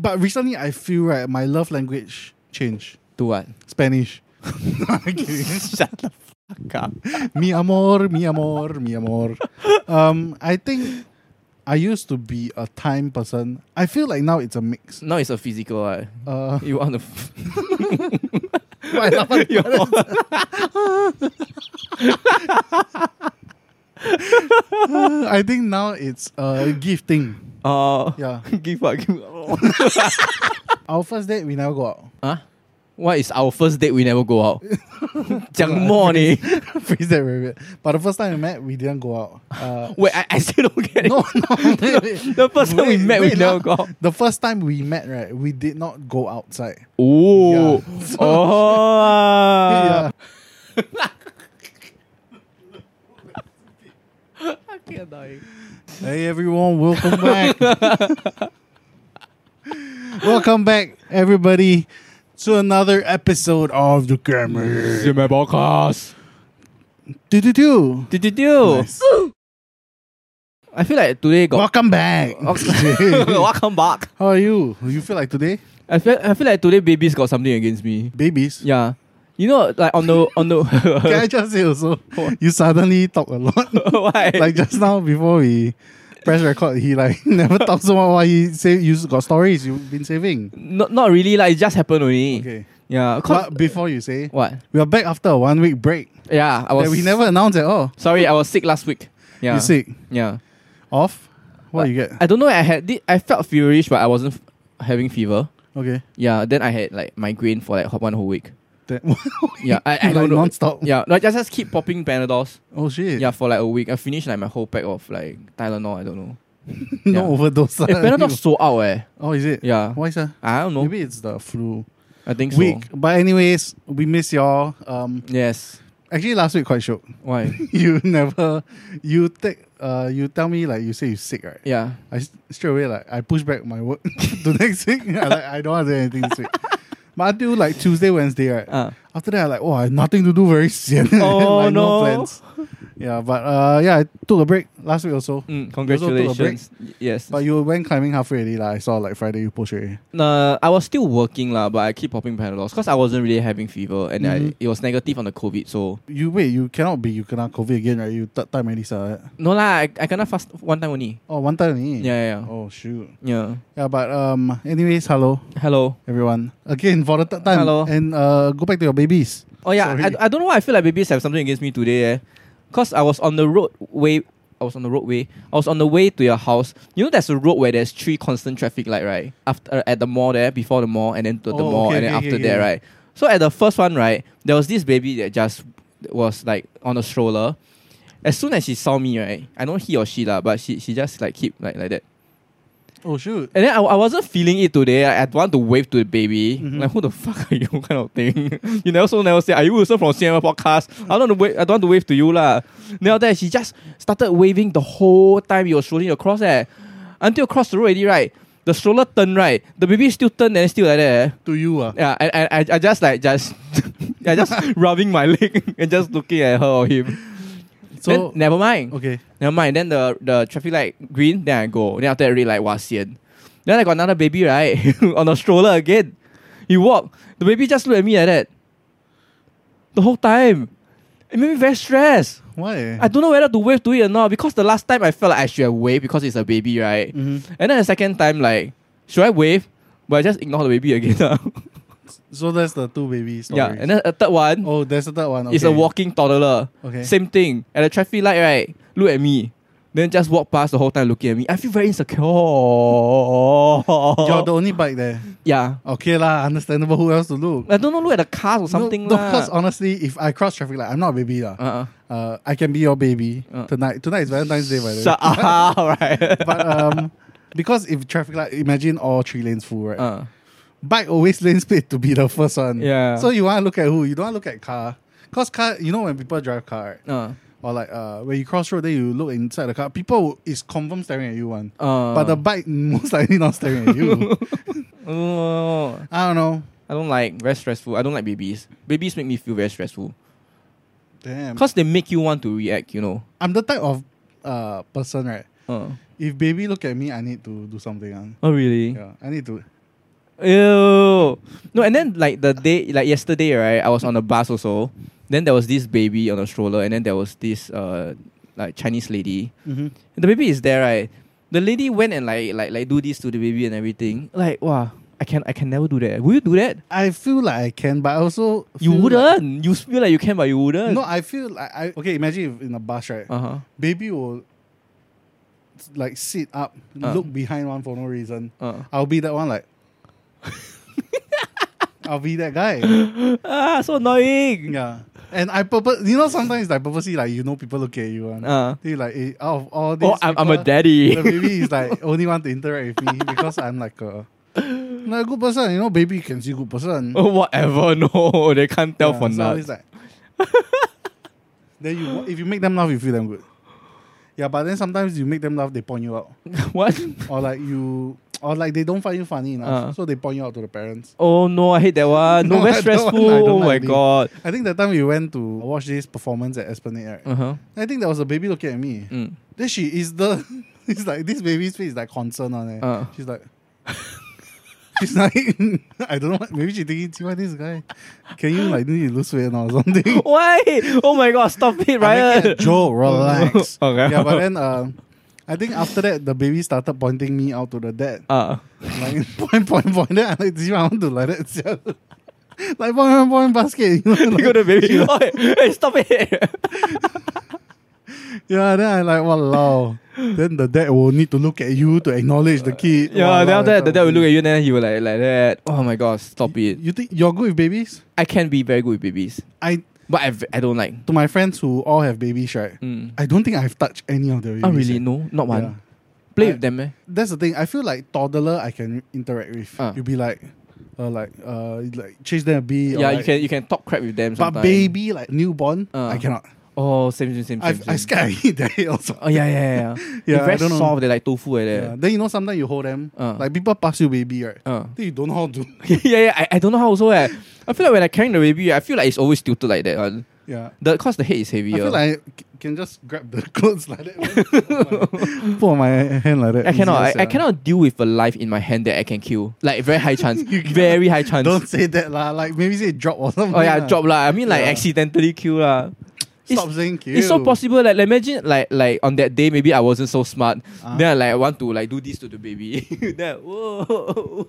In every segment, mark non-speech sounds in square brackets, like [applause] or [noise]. But recently, I feel right. My love language changed. To what? Spanish. [laughs] No, I'm kidding. Shut the fuck up. mi amor, mi amor, mi amor. Um, I think I used to be a time person. I feel like now it's a mix. Now it's a physical. Uh, Uh, [laughs] you want to. F- why laugh [laughs] at you want- that? I think now it's a gifting. uh, Yeah. give up. Give up. Our first date, we never go out. [laughs] huh? What is our first date we never go out? 讲什么你 Phrase that very weird. But the first time we met, we didn't go out. Uh, Wait, I, I still don't get it. [laughs] no, no. wait. The first time we Wait, met, we wait, lah. never go out. The first time we met, right, we did not go outside. [laughs] Oh. Yeah. Oh. Uh, yeah. Fucking annoying. Hey everyone, [laughs] welcome back. welcome back, everybody, to another episode of the Grammar. Do do do. Did you do? Nice. I feel like today got. Welcome back. Oh, [laughs] Welcome back. [laughs] How are you? You feel like today? I feel I feel like today babies got something against me. Babies. Yeah. You know, like on the on [laughs] the Can I just say also, [laughs] What? you suddenly talk a [laughs] lot. why like just now before we press record, he like [laughs] never talks so much. Why he say you got stories you've been saving? not not really like it just happened only. Okay. Yeah. 'cause- But before you say, what? we are back after a one week break Yeah. I was that we never announced at all. Sorry, I was sick last week. Yeah. You sick? Yeah. Off? What But you get? I don't know. I had thi- I felt feverish, but I wasn't f- having fever. Okay. Yeah. Then I had like migraine for like ho- one whole week. That, Yeah. I, [laughs] I like don't know. non-stop. Yeah. No, I just just keep popping Panadols. Oh shit. Yeah, for like a week. I finished like my whole pack of like Tylenol. I don't [laughs] know. no yeah. overdose. Eh, Panadol sold out. Eh. [laughs] oh, is it? Yeah. Why, sir? I don't know. Maybe it's the flu I think so. week. But anyways, we miss y'all. Um, Yes. actually, last week quite shook. Why? [laughs] you never, you take, uh, you tell me like you say you sick, right? yeah. I s- straight away like I push back my work [laughs] to next week. [laughs] I like I don't want to do anything this week. But until like Tuesday, Wednesday, right? Uh. After that, I like, oh, I have nothing to do, very sian. [laughs] Oh, like, no. plans. Yeah, but uh, yeah, I took a break last week also. also Mm, took a break. congratulations. Y- Yes. But you went climbing halfway already, like I saw like Friday you post already. Nah, I was still working lah, but I keep popping Panadols because I wasn't really having fever and I, Mhm. it was negative on the COVID. So You wait, you cannot be you cannot COVID again, right? You third time at least, uh, right? no lah, I, I kind of fast one time only. Oh, one time only. Yeah, yeah, yeah. Oh shoot. yeah. Yeah, but um, anyways, hello Hello. everyone again for the third time. Hello. and uh, go back to your babies. Oh yeah, Sorry. I, I don't know why I feel like babies have something against me today. Eh. Cause I was on the road way. I was on the roadway. I was on the way to your house. You know, there's a road where there's three constant traffic light, right? After uh, at the mall there, before the mall, and then to the Oh, mall, okay, and then okay, after okay, that, okay. right? So at the first one, right, there was this baby that just was like on a stroller. As soon as she saw me, right, I know he or she lah, but she she just like keep like like that. Oh shoot. And then I, I wasn't feeling it today. I, I don't want to wave to the baby. Mhm. Like who the fuck are you [laughs] kind of thing. you never so never say, Are you Wilson from CML podcast? I don't want to wave I don't want to wave to you lah. Then after that she just started waving the whole time you were strolling across eh. Until across the road already, right? The stroller turned right. The baby still turned and still like that. eh. To you, uh. Yeah, I, I, I, I just like just [laughs] I just rubbing my leg [laughs] and just looking at her or him. So then, never mind. okay. Never mind. Then the the traffic light green. Then I go. Then after that, red light was sian. Then I got another baby right [laughs] on a stroller again. He walk. The baby just look at me like that. The whole time. It made me very stressed. Why? I don't know whether to wave to it or not because the last time I felt like I should have waved because it's a baby, right? Mhm. And then the second time, like, should I wave? But I just ignore the baby again. now. So that's the two baby stories. yeah. And then a third one oh, there's the third one. Okay. is a walking toddler. Okay. Same thing. At the traffic light, right? Look at me. Then just walk past the whole time looking at me. I feel very insecure. You're the only bike there. yeah. Okay lah, understandable. Who else to look? I don't know. Look at the cars or Uh, something. No, [laughs] lah. because honestly, if I cross traffic light, I'm not a baby lah. uh-uh. Uh, I can be your baby Uh. tonight. Tonight is Valentine's Day, by the way. Shut up, [laughs] right? [laughs] But um, because if traffic light, imagine all three lanes full, right? Uh, Bike always [laughs] lane split to be the first one. Yeah. Mm. So you want to look at who? You don't want to look at car. Cause car, you know when people drive car, right? uh, or like uh, when you cross road, then you look inside the car. People is confirm staring at you one. uh, But the bike most likely not staring at you. [laughs] Oh, I don't know. I don't like very stressful. I don't like babies. Babies make me feel very stressful Damn. because they make you want to react. You know. I'm the type of uh person, right? Uh. If baby look at me, I need to do something. ah. Oh really? Yeah, I need to Ew. No, and then like the day, like yesterday, right? I was on a bus also. Then there was this baby on a stroller, and then there was this uh like Chinese lady. Mm-hmm. The baby is there, right? The lady went and like like like do this to the baby and everything. Like, wow, I can I can never do that. Will you do that? I feel like I can, but I also You feel wouldn't. you feel like you can, but you Like, wouldn't. no, I feel like I okay. Imagine if in a bus, right? Uh huh. Baby will like sit up, Uh. look behind one for no reason. Uh. I'll be that [laughs] one, like. I'll be that guy. Ah, so annoying. Yeah. And I purpose, you know, sometimes I purposely, like, you know, people look at you and Uh. they like, eh, out of all these. Oh, I'm, I'm a people, [laughs] daddy. The baby is like, only want to interact with me because I'm like a, not a good person. You know, baby can see good person. Oh, [laughs] whatever. [laughs] No, they can't tell Yeah, for so now. it's like- then you, if you make them laugh, you feel them good. Yeah, but then sometimes you make them laugh, they point you out, [laughs] what? or like you, or like they don't find you funny enough, Uh. so they point you out to the parents. Oh no, I hate that one. [laughs] No, No, very I don't want- stressful. I don't like oh my this. god. I think that time we went to watch this performance at Esplanade. Right? Uh huh. I think there was a baby looking at me. Mm. Then she is the, [laughs] it's like this baby's face is like concern on it. Uh. She's like. [laughs] She's like, [laughs] I don't know. what- Maybe she thinking, see why this guy? Can you like need to lose weight or [laughs] something? Why? Oh my god! Stop it, I'm making a Ryan. [laughs] joke, relax. Okay. Yeah, but then um, I think after that the baby started pointing me out to the dad. Uh, [laughs] Like [laughs] point, point, point. Then I like, see, I want to like that. sia." [laughs] like point, point, point, basket. [laughs] You know, you like- [laughs] got the baby. Oh, hey, stop it. yeah, then I like wow. then the dad will need to look at you to acknowledge the kid. [laughs] yeah. Then Walao, after that, that the dad will was- look at you, and then he will like like that. Oh my god! Stop it. You think you're good with babies? I can be very good with babies, I but I, I don't like. to my friends who all have babies, right? Mm. I don't think I've touched any of the babies. Oh really? yet. No, not one. Yeah. Play I- with them, eh? that's the thing. I feel like toddler I can interact with. Ah. You'll be like, uh, like, uh, like chase them a bee. or Yeah, you like- can you can talk crap with them. But sometime. baby, like newborn, Ah. I cannot. Oh, same same same. I same, I same. scared [laughs] I eat their head also. Oh yeah yeah yeah. yeah. [laughs] Yeah, They very I don't know. soft. They like tofu like that. Yeah. Then you know sometimes you hold them. Ah. Like people pass you baby, right? Uh. Then you don't know how to. yeah, yeah. I, I don't know how also. Eh. I feel like when I carrying the baby, I feel like it's always tilted like that. one. Yeah. The cause the head is I heavier. feel like I c- can just grab the [laughs] clothes like that. Put on my hand like that. I cannot. I, Easier, I sia. cannot deal with a life in my hand that I can kill. Like very high [laughs] chance. very high chance. Don't say that lah. Like maybe say drop or something. oh yeah, lah. drop lah. I mean like Yeah. accidentally kill lah. It's- Stop saying kill. It's so possible. Like, like imagine like like on that day maybe I wasn't so smart. Ah. Then I like want to like do this to the baby. [laughs] then whoa,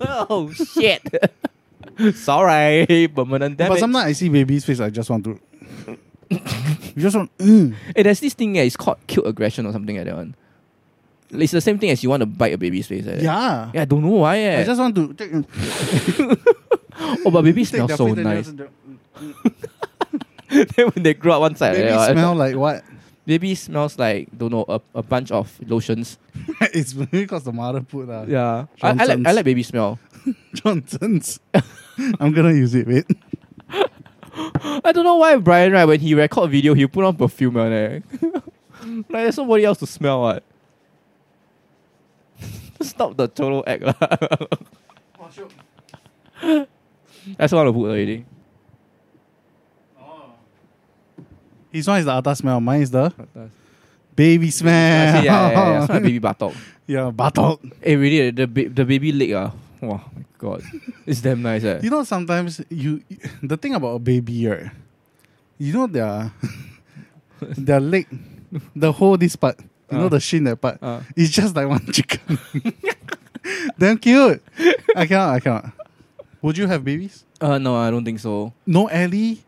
[laughs] whoa, shit. [laughs] Sorry, permanent damage. But sometimes I see baby's face, I just want [laughs] to. you just want. Mm. Hey, Eh, there's this thing, yeah, it's called cute aggression or something like that one. It's the same thing as you want to bite a baby's face. Like that. Yeah. Yeah, I don't know I why. Yeah. just want to take, oh, but [laughs] babies take smell their so face and nice. just- [laughs] then when they grow up one side, Baby like, that, smell like what? [laughs] baby smells like, don't know, a, a bunch of lotions. it's [laughs] because the mother put uh, lah. Yeah. I, I, like, I Johnson's. like baby smell. [gasps] [laughs] Johnson's. I'm gonna use it. Wait. I don't know why Brian, right, when he record video, he put on perfume on there. [laughs] like, there's nobody else to smell what. [laughs] Stop the total act. lah. [laughs] That's what I want to put already. His one is the atas smell. Mine is the baby smell. I say, [laughs] yeah, yeah, yeah, yeah. It's not a baby buttock. Yeah, buttock. Eh, really, the ba- the baby leg ah. Wow, my god, it's damn nice eh. You know, sometimes you the thing about a baby, right? You know their [laughs] their leg, the whole this part. You Uh. know the shin that part. Uh. It's just like one chicken. [laughs] Damn cute. I cannot. I cannot. Would you have babies? Uh, no, I don't think so. No, Ellie.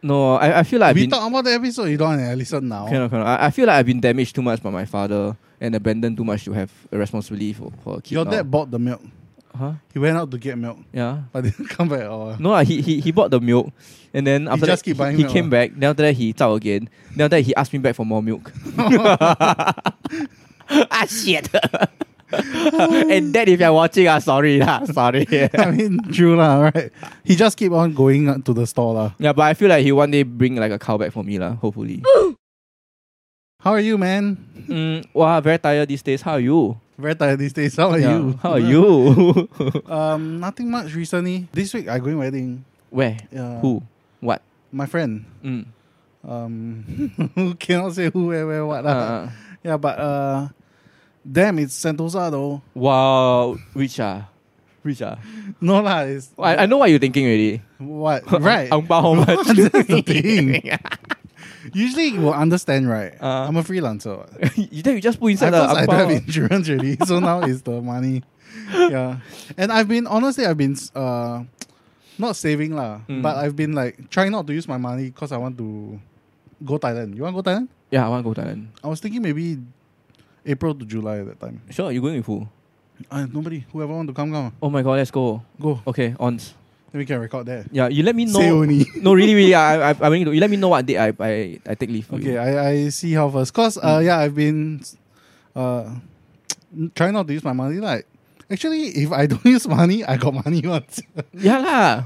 No, I, I feel like I've we been talk about the episode. You don't want to listen now. cannot, cannot. I, I feel like I've been damaged too much by my father and abandoned too much to have a responsibility for, for a kid. Your now. dad bought the milk. Huh? He went out to get milk, Yeah. but [laughs] didn't come back at all. No, ah, he, he he bought the milk, and then after just that, keep buying he, he milk, came ah. back. Then after that, he zao again. Then after that, he asked me back for more [laughs] milk. ah shit! [laughs] and that if you're watching, ah, sorry [laughs] lah, sorry. I mean, true lah, right? He just keep on going out to the store lah. Yeah, but I feel like he one day bring like a cow back for me lah. [laughs] Hopefully. How are you, man? mm, wow, very tired these days. How are you? Very tired these days. How are Yeah, you? How are you? [laughs] Um, nothing much recently. This week I going wedding. Where? Yeah. Who? What? My friend. Mm. Um, [laughs] who cannot say who, where, where, what Uh, lah. uh. Yeah, but uh, damn, it's Sentosa though. [laughs] wow, which ah? Rich ah. No lah, it's I, I know what you're thinking already. [laughs] [laughs] what right. Ang [laughs] bao how much? That's the thing. Usually you will understand, right? Uh. I'm a freelancer. [laughs] what. [laughs] you, then you just put I, inside the first, I ang don't have bao. insurance already, [laughs] so now it's the money. Yeah, and I've been honestly, I've been uh, not saving lah, Mm. but I've been like trying not to use my money because I want to go Thailand. You want to go Thailand? Yeah, I want to go Thailand. I was thinking maybe April to July at that time. Sure, you going with who? Uh, nobody, whoever want to come, come Oh my god, let's go. go. Okay, ons. Then we can record there. Yeah, you let me Say know. only. No, really, really. I, I, I mean, you let me know what day I, I, I take leave. for you. Okay, Mm. I, I see how first. Cause uh, yeah, I've been uh trying not to use my money. Like actually, if I [laughs] don't use money, I got money once. [laughs] Yeah lah.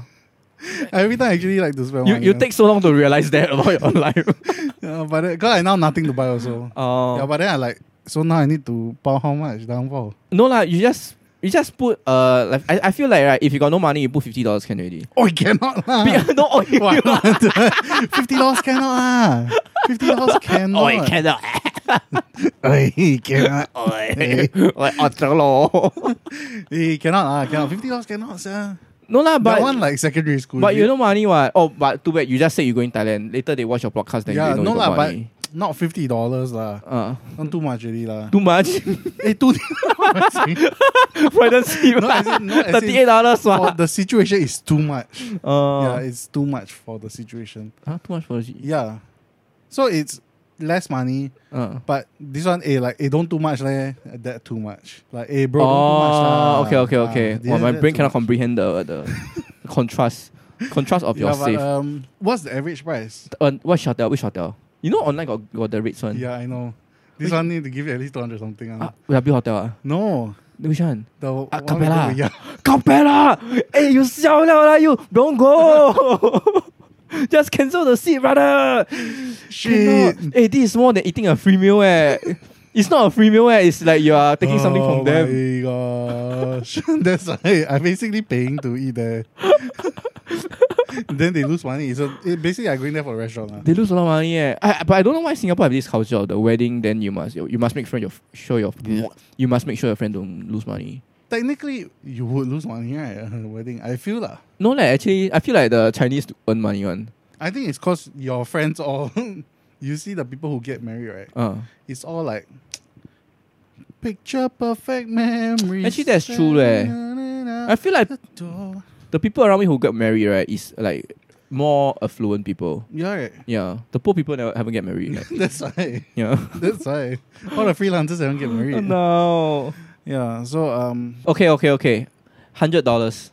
Every time I actually like to spend You, money. you yeah. take so long to realize that [laughs] about your life. [laughs] Yeah, but then, cause I now nothing to buy also. [laughs] Oh. Yeah, but then I like so now I need to pay how much downfall. [laughs] No lah, you just you just put uh like I, I feel like right if you got no money you put fifty dollars can [laughs] already. Oh, I cannot lah. Be- no, oh, you, Why [laughs] not? [laughs] Fifty dollars cannot lah. Fifty dollars cannot. [laughs] oh, you [laughs] cannot. Oi, [laughs] cannot. Oh, Oi, like, oh, [laughs] tolo. Eh, cannot lah. Cannot. Fifty dollars cannot. Sir. no lah, but that one like secondary school. but you no money what? Oh, but too bad you just said you going Thailand. Later they watch your podcast then yeah, they no know you got lah, but money. not fifty dollars lah. uh, Not too much already lah. too [laughs] much. [laughs] Eh, two. no, Why don't see? as in, [laughs] no, as Thirty eight in, dollars. Oh. for Uh, the situation is too much. yeah, yeah, it's too much for the situation. too much for the Yeah, so it's less money, uh. but this one, eh, like, eh, don't too much leh. That too much. Like, eh, bro, don't too much Oh, lah. okay, okay, Ah, okay. yeah, well, my that brain too cannot much. comprehend the [laughs] the contrast contrast of your Yeah, but, safe. um, what's the average price? Uh, which hotel? Which hotel? You know online got, got the rates one. Yeah, I know. This Wait. one need to give you at least two hundred something. ah. Ah, we are big hotel. Ah. No, Which one? the one with cappella. the- [laughs] Yeah, Capella! Hey, you siao liao lah, you! Don't go! [laughs] Just cancel the seat, brother! shit. Hey, this is more than eating a free meal eh. It's not a free meal eh, it's like you are taking something oh from them. my [laughs] gosh. That's why I'm basically paying to eat there. [laughs] then they lose money. So it, basically, I'm going there for a restaurant. lah. They lose a lot of money eh. I, but I don't know why Singapore have this culture of the wedding, then you must you must make sure your sure your you must make sure your friend don't lose money. Technically, you would lose money, right? At a wedding. I feel lah. No like actually I feel like the Chinese earn money one. I think it's because your friends all. [laughs] you see the people who get married, right? Uh. It's all like. Picture perfect memories. Actually, that's true leh. I feel like the people around me who got married, right, is like more affluent people. Yeah, right. [laughs] Yeah, the poor people never haven't get married. Like, That's why. [laughs] yeah. That's why. All the freelancers haven't get married. [laughs] no. Yeah. So um, Okay, okay, okay. Hundred dollars.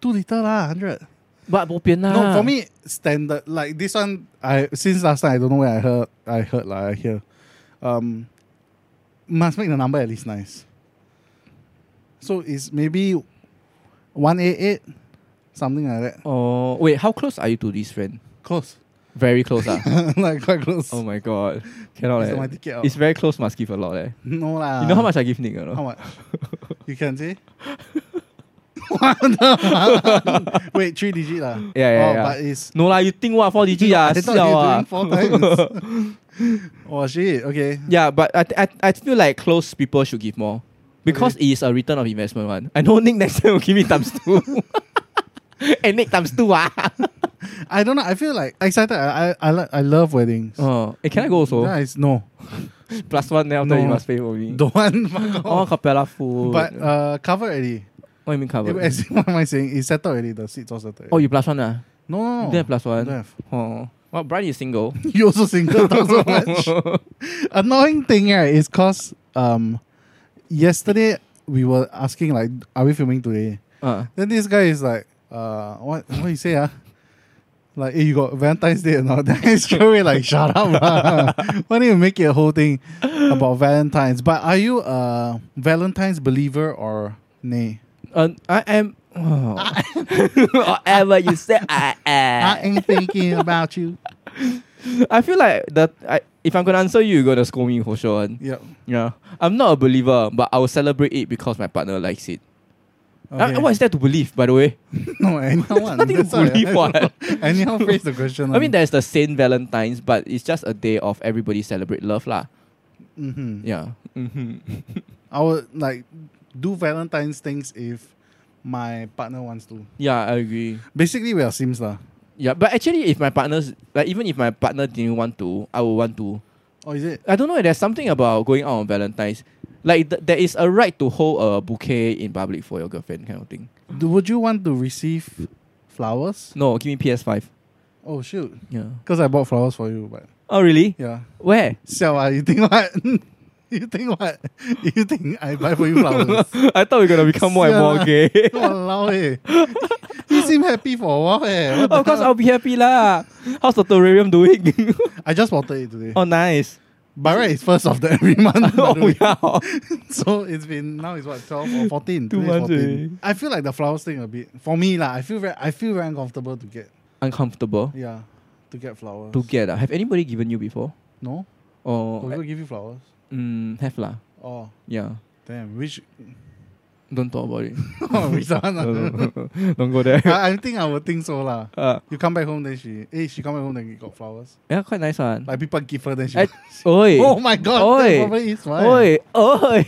too little lah. Hundred. But bo pian No, for me standard. Like this one, I since last time I don't know where I heard. I heard like I hear, um, must make the number at least nice. So it's maybe one eight eight, something like that. Oh wait, how close are you to this friend? Close, [laughs] Very close, ah. like quite close. oh my god, cannot. It's eh. my ticket out. Ah. It's very close. Must give a lot. Eh. no lah. you know how much I give Nick? You know? How much? you can say. [laughs] What the- Wait, three digit lah. Yeah, yeah, oh, yeah. But it's No lah, you think what four digit ah? I thought you siao were ah. doing four [laughs] times. oh shit. Okay. Yeah, but I, th- I, I feel like close people should give more. Because it is a return of investment one. I know Nick next time will give me times two. [laughs] and Nick times two ah. I don't know. I feel like excited. I I I, like, I love weddings. [laughs] Oh, eh, can I go also? Yeah, it's- [laughs] no, Plus one then after No. you must pay for me. don't want. [laughs] fuck Oh, off. capella food. But uh, cover already. what you mean cover? As in, [laughs] what am I saying? It's settled already. The seats all settled. oh, already. you plus one ah? no, no, no. You don't have plus one. Don't have. Oh. Well, Brian is [laughs] single. You also single. Talk [laughs] so much. Annoying thing right is cause um, yesterday we were asking like, are we filming today? uh. Then this guy is like, uh, what what you say ah? Like, hey, you got Valentine's Day or not? [laughs] Then I straight away like, shut up. lah. [laughs] Why don't you make it a whole thing about Valentine's? But are you a Valentine's believer or nay? Uh, I am oh. [laughs] whatever you say I am. I ain't thinking [laughs] about you. I feel like that I, if I'm gonna answer you, you're gonna scold me for sure. one. Yep. Yeah, I'm not a believer, but I will celebrate it because my partner likes it. Uh, Okay. what is there to believe, by the way? No, [laughs] anyhow one. [laughs] Nothing to That's why I- believe [laughs] what. Anyhow phrase the question. I mean, there's the Saint Valentine's, but it's just a day of everybody celebrate love, lah. hmm Yeah. Mm-hmm. I would like do Valentine's things if my partner wants to. [laughs] Yeah, I agree. Basically, we are Sims lah. Yeah, but actually, if my partner's like, even if my partner didn't want to, I would want to. Oh, is it? I don't know. There's something about going out on Valentine's. Like th- there is a right to hold a bouquet in public for your girlfriend, kind of thing. Do, would you want to receive flowers? No, give me PS Five. Oh shoot! Yeah. Because I bought flowers for you, but Oh really? yeah. Where? So uh, you think what? [laughs] you think what? [laughs] You think I buy for you [laughs] flowers? [laughs] I thought we are gonna become more and more Sia [laughs] gay. Walao eh. [laughs] You seem happy for a while eh. What the [laughs] of course, hell? I'll be happy lah. How's the terrarium doing? [laughs] I just watered it today. oh, nice. By right, it's first of the [laughs] every month. by the [laughs] oh way. [laughs] yeah. So it's been now it's what twelve or fourteen. Two Today's months 14. already. I feel like the flowers thing a bit for me lah. I feel very I feel very uncomfortable to get Uncomfortable yeah to get flowers. to get. Oh, ah. Have anybody given you before? no, Or people give you flowers. mm, have lah. Oh Yeah. damn, [laughs] which [laughs] oh, Don't talk about it. which one? Oh. ah? [laughs] Don't go [laughs] there. [laughs] I, I think I would think so lah. Uh, You come back home then she eh she come back home then you got flowers. yeah, quite nice one. Like people give her then she. I- Oi. [laughs] oh my god, that eh. Oi. probably is why. Oi, [laughs] oi.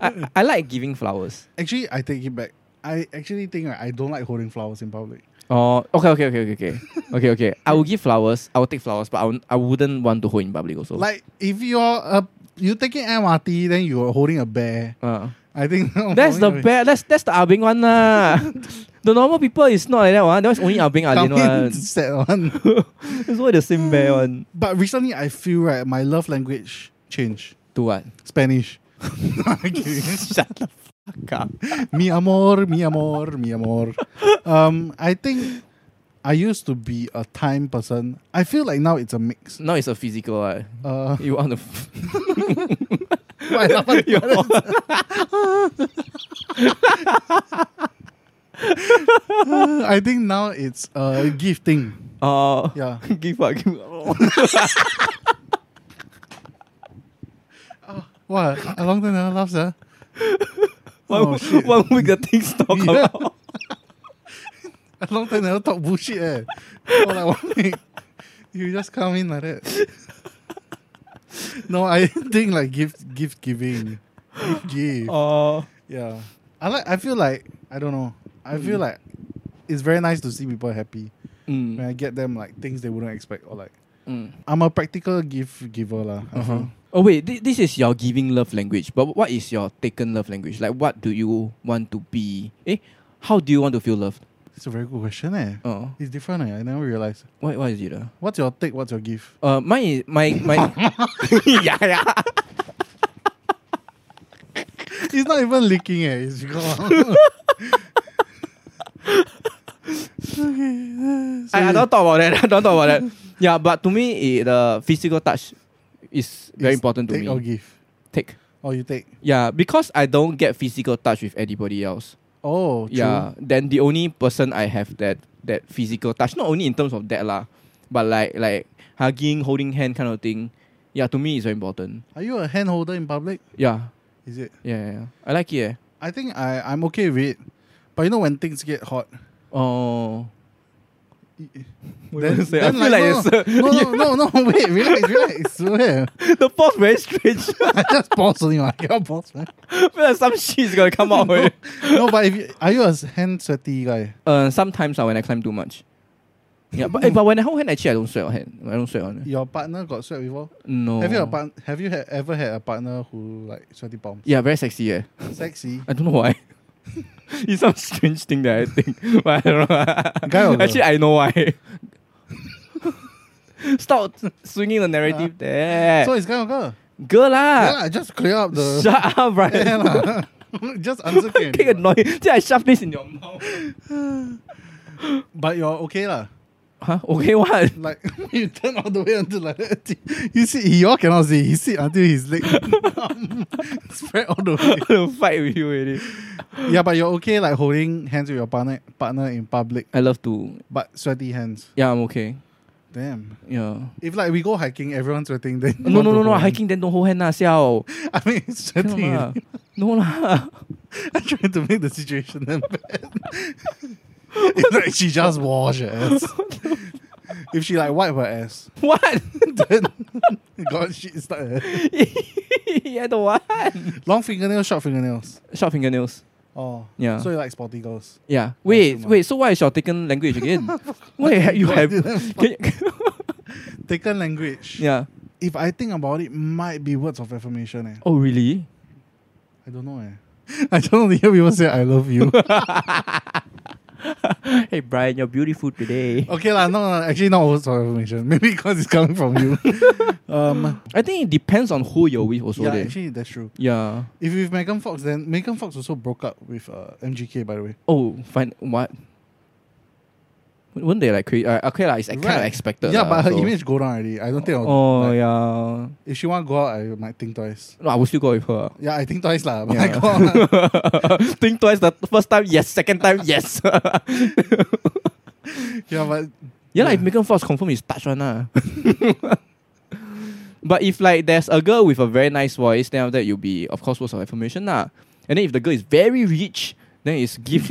I, I like giving flowers. Actually, I take it back. I actually think right, I don't like holding flowers in public. Oh, okay, okay, okay, okay, [laughs] okay, okay, okay. I will give flowers. I will take flowers, but I, won't- I wouldn't want to hold in public also. Like if you're a you taking MRT then you're holding a bear. uh, I think [laughs] [laughs] that's the bear. best. That's that's the abing one [laughs] lah. the normal people is not like that one. That's only abing alin one. Sad one. [laughs] [laughs] It's only the same bear one. But recently, I feel right. My love language changed. To what? Spanish. [laughs] No, I'm kidding. [laughs] [laughs] Shut the fuck up. mi amor, mi amor, mi amor. Um, I think I used to be a time person. I feel like now it's a mix. Now it's a physical one. Uh, [laughs] You want to? F- [laughs] why laugh at you that? want- [laughs] I think now it's a gifting. uh, Yeah. [laughs] Oh, give up. Give [laughs] up. What? A long time never laugh, sir. One Oh, shit. one week the things talk Yeah. about. [laughs] A long time never talk bullshit, eh. For like one week. You just come in like that. No, I [laughs] think like gift gift giving. Gift give. Oh. Yeah. I like I feel like I don't know. I feel like it's very nice to see people happy Mm. when I get them like things they wouldn't expect or like Mm. I'm a practical gift giver lah. I Uh-huh. feel. Oh wait, thi- this is your giving love language. But what is your taken love language? Like, what do you want to be? Eh, how do you want to feel loved? It's a very good question eh. Oh, It's different eh. I never realized. what what is it? Uh? What's your take? What's your gift? Uh, mine is my [laughs] my. yeah, yeah. It's not even leaking eh. It's because okay. I, I don't talk about that. [laughs] I don't talk about that. Yeah, but to me, it, uh, physical touch is very important to take me. or give. Take. Oh, you take. Yeah, because I don't get physical touch with anybody else. Oh, true. Yeah, then the only person I have that that physical touch, not only in terms of that lah, but like like hugging, holding hand kind of thing. Yeah, to me it's very important. Are you a hand holder in public? Yeah, Is it? yeah, yeah. yeah. I like it. Eh. I think I I'm okay with it, but you know when things get [laughs] hot, Oh. [laughs] then, I then feel like no, it's, no, no, no, no, wait, relax, relax. Wait. [laughs] the pause very strange. [laughs] I just pause only. I cannot pause. Man. I feel like some [laughs] shit is gonna come out. eh. No, but if you, are you a hand sweaty guy? [laughs] Uh, sometimes uh, when I climb too much. Yeah, but, eh, but when I hold hand, actually I don't sweat on hand. I don't sweat on it. Your partner got sweat before? No. Have you a part, Have you had, ever had a partner who like sweaty palms? Yeah, very sexy. Yeah. Sexy. I don't know why. [laughs] it's some strange thing that I think, [laughs] but I don't know. [laughs] Guy or girl? Actually, I know why. [laughs] Stop swinging the narrative there. So it's kind of girl. girl lah. yeah, I just clear up the. [laughs] Shut up, Yeah [laughs] Brian. lah. [laughs] just [laughs] answer can. Kick annoying. Did I shove this in your mouth? But you're okay lah. Huh? Okay, [laughs] what? Like [laughs] you turn all the way until like that. [laughs] You see, you all cannot see. He sit until his leg [laughs] spread all the way. I'll fight with you already. Yeah, but you're okay like holding hands with your partner partner in public, I love to. but sweaty hands. Yeah, I'm okay. Damn. Yeah. If like we go hiking, everyone's sweating. Then you No, want no, to no, no. hold hands. Hiking then don't hold hand lah, siao. [laughs] I mean, it's Cannot sweating. lah. No lah. [laughs] [laughs] I'm trying to make the situation then bad. [laughs] it's like she just wash her ass. [laughs] if she like wipe her ass, What? [laughs] then [laughs] God, she it's like yeah, the one. long fingernails, short fingernails. Short fingernails. Oh. Yeah. So you like sporty girls. Yeah. Wait, Muslim, ah. wait. So what is your taken language [laughs] again? wait, ha- you have. [laughs] Can you- Taken language. yeah. If I think about it, might be words of affirmation. Eh. Oh really? I don't know. Eh. [laughs] I just want to hear people say I love [laughs] you. Hey Brian, you're beautiful today. okay lah. No, no, actually not words of affirmation. [laughs] Maybe because it's coming from [laughs] you. um. I think it depends on who you're with also. yeah, leh. actually that's true. yeah. If with Megan Fox, then Megan Fox also broke up with uh, MGK. By the way. Oh, fine. What? Wouldn't they like create? Uh, okay, like it's kind of Right. expected. yeah, lah, but her so- image go down already. I don't think. I'll, Oh like, yeah. If she want to go out, I might think twice. No, I would still go with her. Yeah, I think twice lah. But I Yeah. go out [laughs] lah. Think twice the first time, yes. Second time, yes. [laughs] yeah, but yeah, like if Megan Fox confirm is touch one lah. [laughs] but if like there's a girl with a very nice voice, then after that you'll be of course words of affirmation lah. And then if the girl is very rich, then it's gift. [laughs]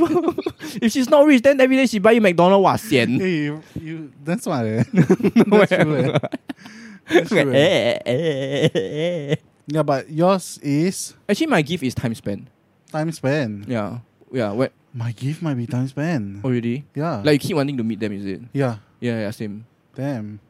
if she's not rich, then every day she buy you McDonald's, wah sian. Hey, you, you [laughs] that's smart eh. that's true eh. That's [laughs] true, eh. Yeah, but yours is [laughs] Actually, my gift is time spent. time span. Yeah, yeah. What? My gift might be time span. Oh, really? Yeah. Like you keep wanting to meet them, is it? yeah. Yeah, yeah, same. [laughs] Damn.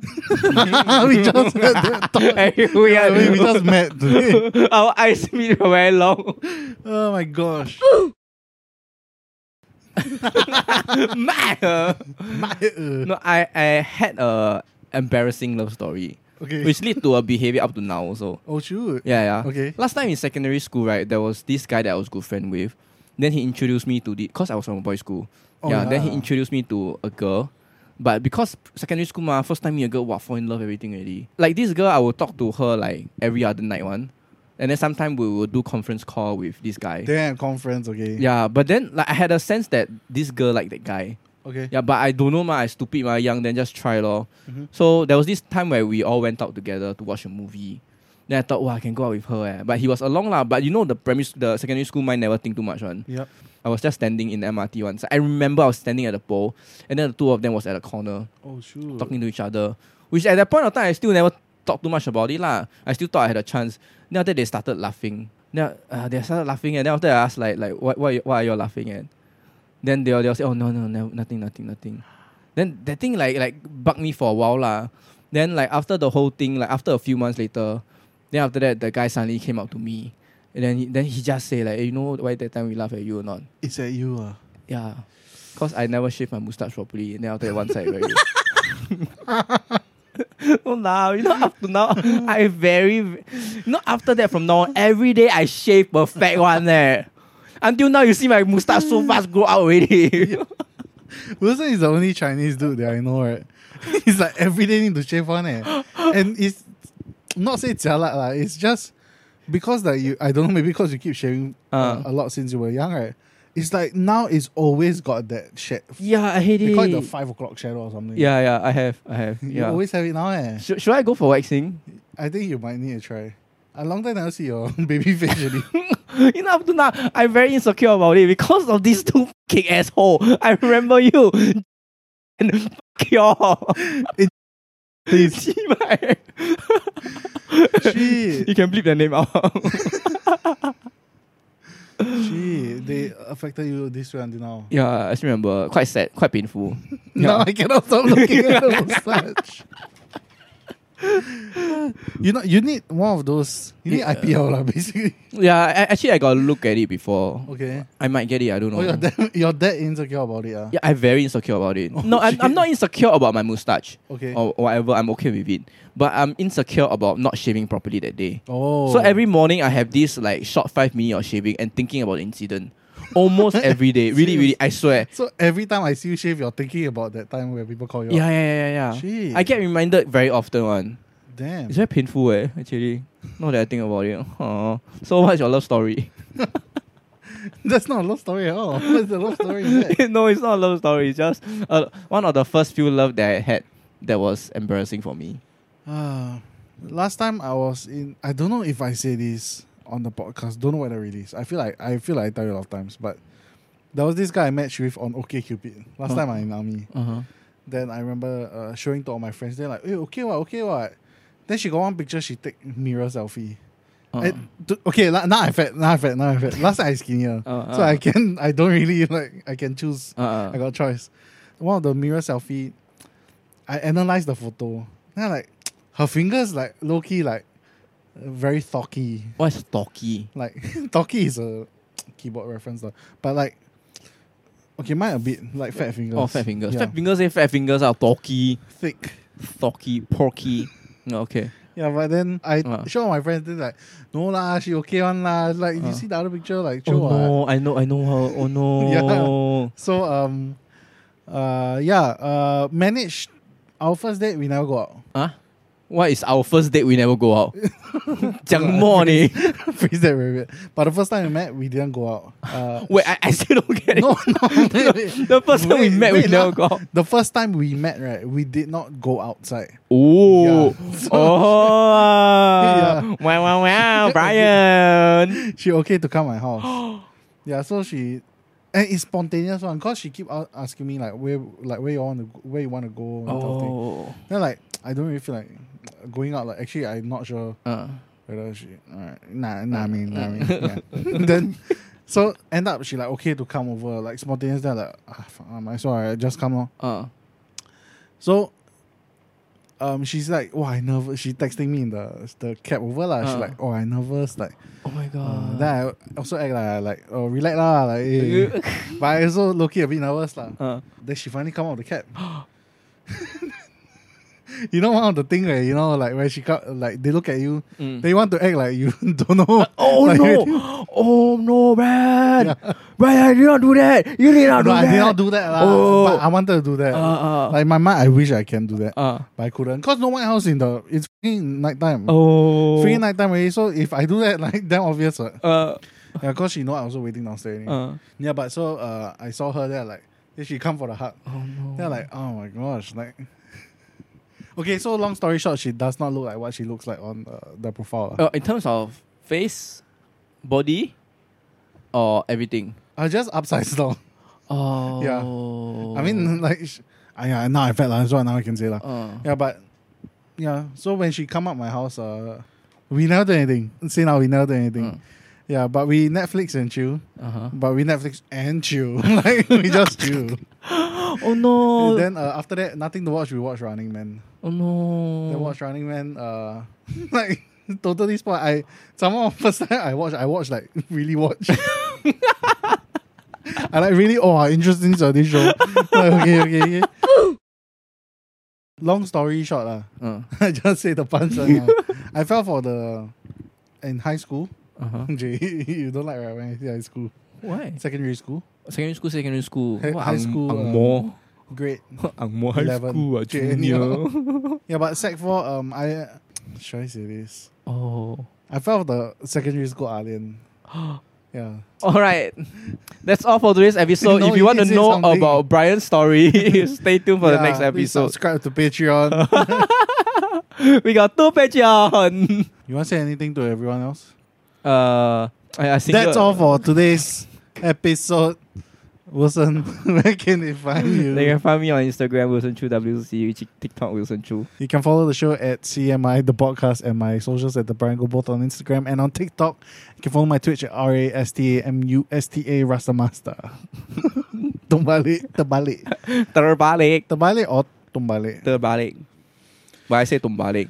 we just had that talk. we, I mean, we just met [laughs] today. our eyes meet for very long. [laughs] Oh my gosh. [laughs] My, uh, no, I, I had a embarrassing love story, okay. which lead to a behavior up to now. Also, oh shoot. yeah, yeah. Okay. Last time in secondary school, right, there was this guy that I was good friend with. Then he introduced me to the cause I was from a boys' school. Oh, yeah, Then he yeah. introduced me to a girl. But because secondary school ma, first time meet a girl, wow, fall in love everything already. Like this girl, I will talk to her like every other night one. And then sometime we will do conference call with this guy. Damn conference. Okay. Yeah, but then like I had a sense that this girl like that guy. Okay. Yeah, but I don't know ma, I stupid ma, young then just try lor. Mhm. So there was this time where we all went out together to watch a movie. Then I thought, wow, I can go out with her. Eh. But he was along lah. But you know the premise, the secondary school mind never think too much one. Yep. I was just standing in the MRT once. I remember I was standing at the pole, and then the two of them was at a corner Oh shoot. talking to each other. Which at that point of time, I still never thought too much about it lah. I still thought I had a chance. Then after that, they started laughing. Then uh, they started laughing, and then after that, I asked like like what what, you- what are you all laughing at? Then they all- they all say oh no no no nothing nothing nothing. Then that thing like like bugged me for a while lah. Then like after the whole thing, like after a few months later, then after that the guy suddenly came up to me, and then he, then he just say like "Eh, you know why that time we laugh at you or not? It's at you ah. Yeah. Cause I never shave my mustache properly, and then after that one side [laughs] very. no, now you know up to now I very not after that from now on, every day I shave perfect one there. Until now you see my mustache so fast grow out already. Wilson is the only Chinese dude that I know, right? [laughs] He's like every day need to shave one, eh? And it's not say jialat lah. It's just because that you, I don't know, maybe because you keep shaving uh, Ah. a lot since you were young, right? It's like now it's always got that shit. yeah, I hate They it. call it the five o'clock shadow or something. yeah, yeah, I have, I have. you Yeah. always have it now, eh? Should, should I go for waxing? I think you might need to try. A long time never see your [laughs] baby face, [laughs] really. You know, up to now, I'm very insecure about it because of these two fucking asshole. I remember you [laughs] and fuck y'all. [laughs] Please, Cheebye. shit, You can bleep their name out. [laughs] shit, they affected you this way until now. yeah, I still remember. Quite sad, quite painful. No, Yeah. I cannot [laughs] stop looking at the mustache. you know, you need one of those. You need Yeah. IPL lah, basically. Yeah, a- actually, I got to look at it before. [laughs] Okay. I might get it. I don't know. Oh, you're that you're that insecure about it, ah. yeah, I'm very insecure about it. Oh, no, I'm, shit. I'm not insecure about my mustache Okay. or whatever. I'm okay with it, but I'm insecure about not shaving properly that day. Oh. So every morning I have this like short five minute of shaving and thinking about the incident. [laughs] Almost every day. Really, really, I swear. So every time I see you shave, you're thinking about that time where people call you. Yeah, out. yeah, yeah, yeah, yeah. Shit. I get reminded very often one. Damn. It's very painful eh, actually. Now that I think about it. Aw. So what's your love story? That's not a love story at all. [laughs] What's the love story? in that? [laughs] no, it's not a love story. It's just uh, one of the first few love that I had that was embarrassing for me. Ah, last time I was in. I don't know if I say this on the podcast. Don't know whether I release. I feel like I feel like I tell you a lot of times, but there was this guy I matched with on OK Cupid last Oh. time I in army. Uh-huh. Then I remember uh, showing to all my friends. They're like, "Hey, okay what, okay what." Then she got one picture. She take mirror selfie. Uh-huh. I- d- okay, la- now I fat, now I fat, now I fat. Last time I skinnier, Uh, so uh. I can, I don't really like, I can choose. Uh, uh. I got choice. One of the mirror selfie, I analyzed the photo. Then I like, her fingers like low key like very talky. What's talkie? Like [laughs] talky is a keyboard reference though, but like, okay, mine a bit like fat fingers. Oh, fat fingers. Yeah. Fat fingers say fat fingers are talkie, thick. [laughs] talkie, porky. No, okay. Yeah, but then I Ah. show my friends. They're like, no lah, she okay one lah. Like if Ah. you see the other picture, like chill Oh what. no, I know, I know her. [laughs] Oh no. So um, uh, yeah, uh, managed our first date. We never go out. Huh? What is our first date we never go [laughs] out? 讲什么你? Freeze that very weird. But the first time we met, we didn't go out. Uh, Wait, I, I still don't get it. no, [laughs] no, wait, wait. The [laughs] first time we Wait, met, we wait, never lah. go out. The first time we met, right, we did not go outside. Oh, Yeah. oh, [laughs] Yeah. wow, wow, [laughs] wow, Brian. She okay to come my house. [gasps] yeah, so she, and it's spontaneous one because she keep a- asking me like where, like where you want to, where you want to go. and that type of thing. Oh, Then like I don't really feel like going out. Like actually, I'm not sure. uh, Whether she, alright, nah, nah, I mean, nah, I mean, yeah. [laughs] then, so end up she like okay to come over, like spontaneous. Then I like, ah, fuck, I might as well, I just come on. uh. So, um, she's like, oh, I nervous. She texting me in the the cab over lah. She's Uh. like, oh, I nervous. Like, Oh my uh, god. then I also act like, I like oh, relax lah. Like, eh. [laughs] [laughs] but I also looking a bit nervous lah. [laughs] uh, Then she finally come out of the [gasps] cab. [laughs] you know one of the thing where you know like when she come, like they look at you, mm. they want to act like you [laughs] don't know. Oh like, [laughs] no! you- Oh no, Brad! Brad, I did not do that. You did not do No, that. I did not do that lah. Oh. But I wanted to do that. Uh, uh, like in my mind, I wish I can do that, uh. but I couldn't. Cause no one else in the it's freaking nighttime. Oh. Freaking nighttime already. So if I do that, [laughs] like damn obvious. What. Uh, Yeah, cause she know I also waiting downstairs. Already. uh. Yeah, but so uh, I saw her there. Like then she come for the hug. Oh no. They're like, oh my gosh, like. [laughs] Okay, so long story short, she does not look like what she looks like on uh, the profile. lah. Uh, in terms of face, body, or everything. I just [laughs] upside down. Oh. I mean, like, sh- I, yeah, now I felt like that's what now I can say lah. [laughs] Uh. Yeah, but yeah. So when she come up my house, uh, we never do anything. See now we never do anything. Mm. Yeah, but we Netflix and chill. Uh-huh. But we Netflix and chill. [laughs] like we just chill. Oh no. then uh, after that, nothing to watch. We watch Running Man. oh no. Then watch Running Man. Uh, [laughs] like totally spoiled. I somehow first time [laughs] I watch, I watch like really watch. [laughs] I like really oh interesting so this show. [laughs] Like, okay, okay, okay. Long story short, lah. Uh, [laughs] I just say the punchline. lah. I fell for the in high school. [laughs] uh-huh. Jay, you don't like right when I say high school, Why? secondary school, Secondary school, secondary school. Hi- What, high ang- school, Ang uh, Mo. grade. ang Mo Ah, High 11, School, ah, junior. junior. Yeah, but sec four. Um, I should I say this? oh. I felt the secondary school alien. [gasps] yeah. All right. That's all for today's episode. No, if you you want to did say know something. about Brian's story, [laughs] stay tuned for the Yeah, next please episode. Subscribe to [laughs] Patreon. We got two Patreon. you want to say anything to everyone else? [laughs] Uh, I, I single, That's all for today's episode. Wilson, [laughs] where can they find They you? can find me on Instagram, Wilson Chu WC, Tik- TikTok, Wilson Chu. You can follow the show at CMI, the podcast, and my socials at The Brian Go, both on Instagram and on TikTok. You can follow my Twitch at R-A-S-T-A-M-U-S-T-A [laughs] Rastamaster. Tumbalik, terbalik. Terbalik. Terbalik or tumbalik? Terbalik. But I say tumbalik.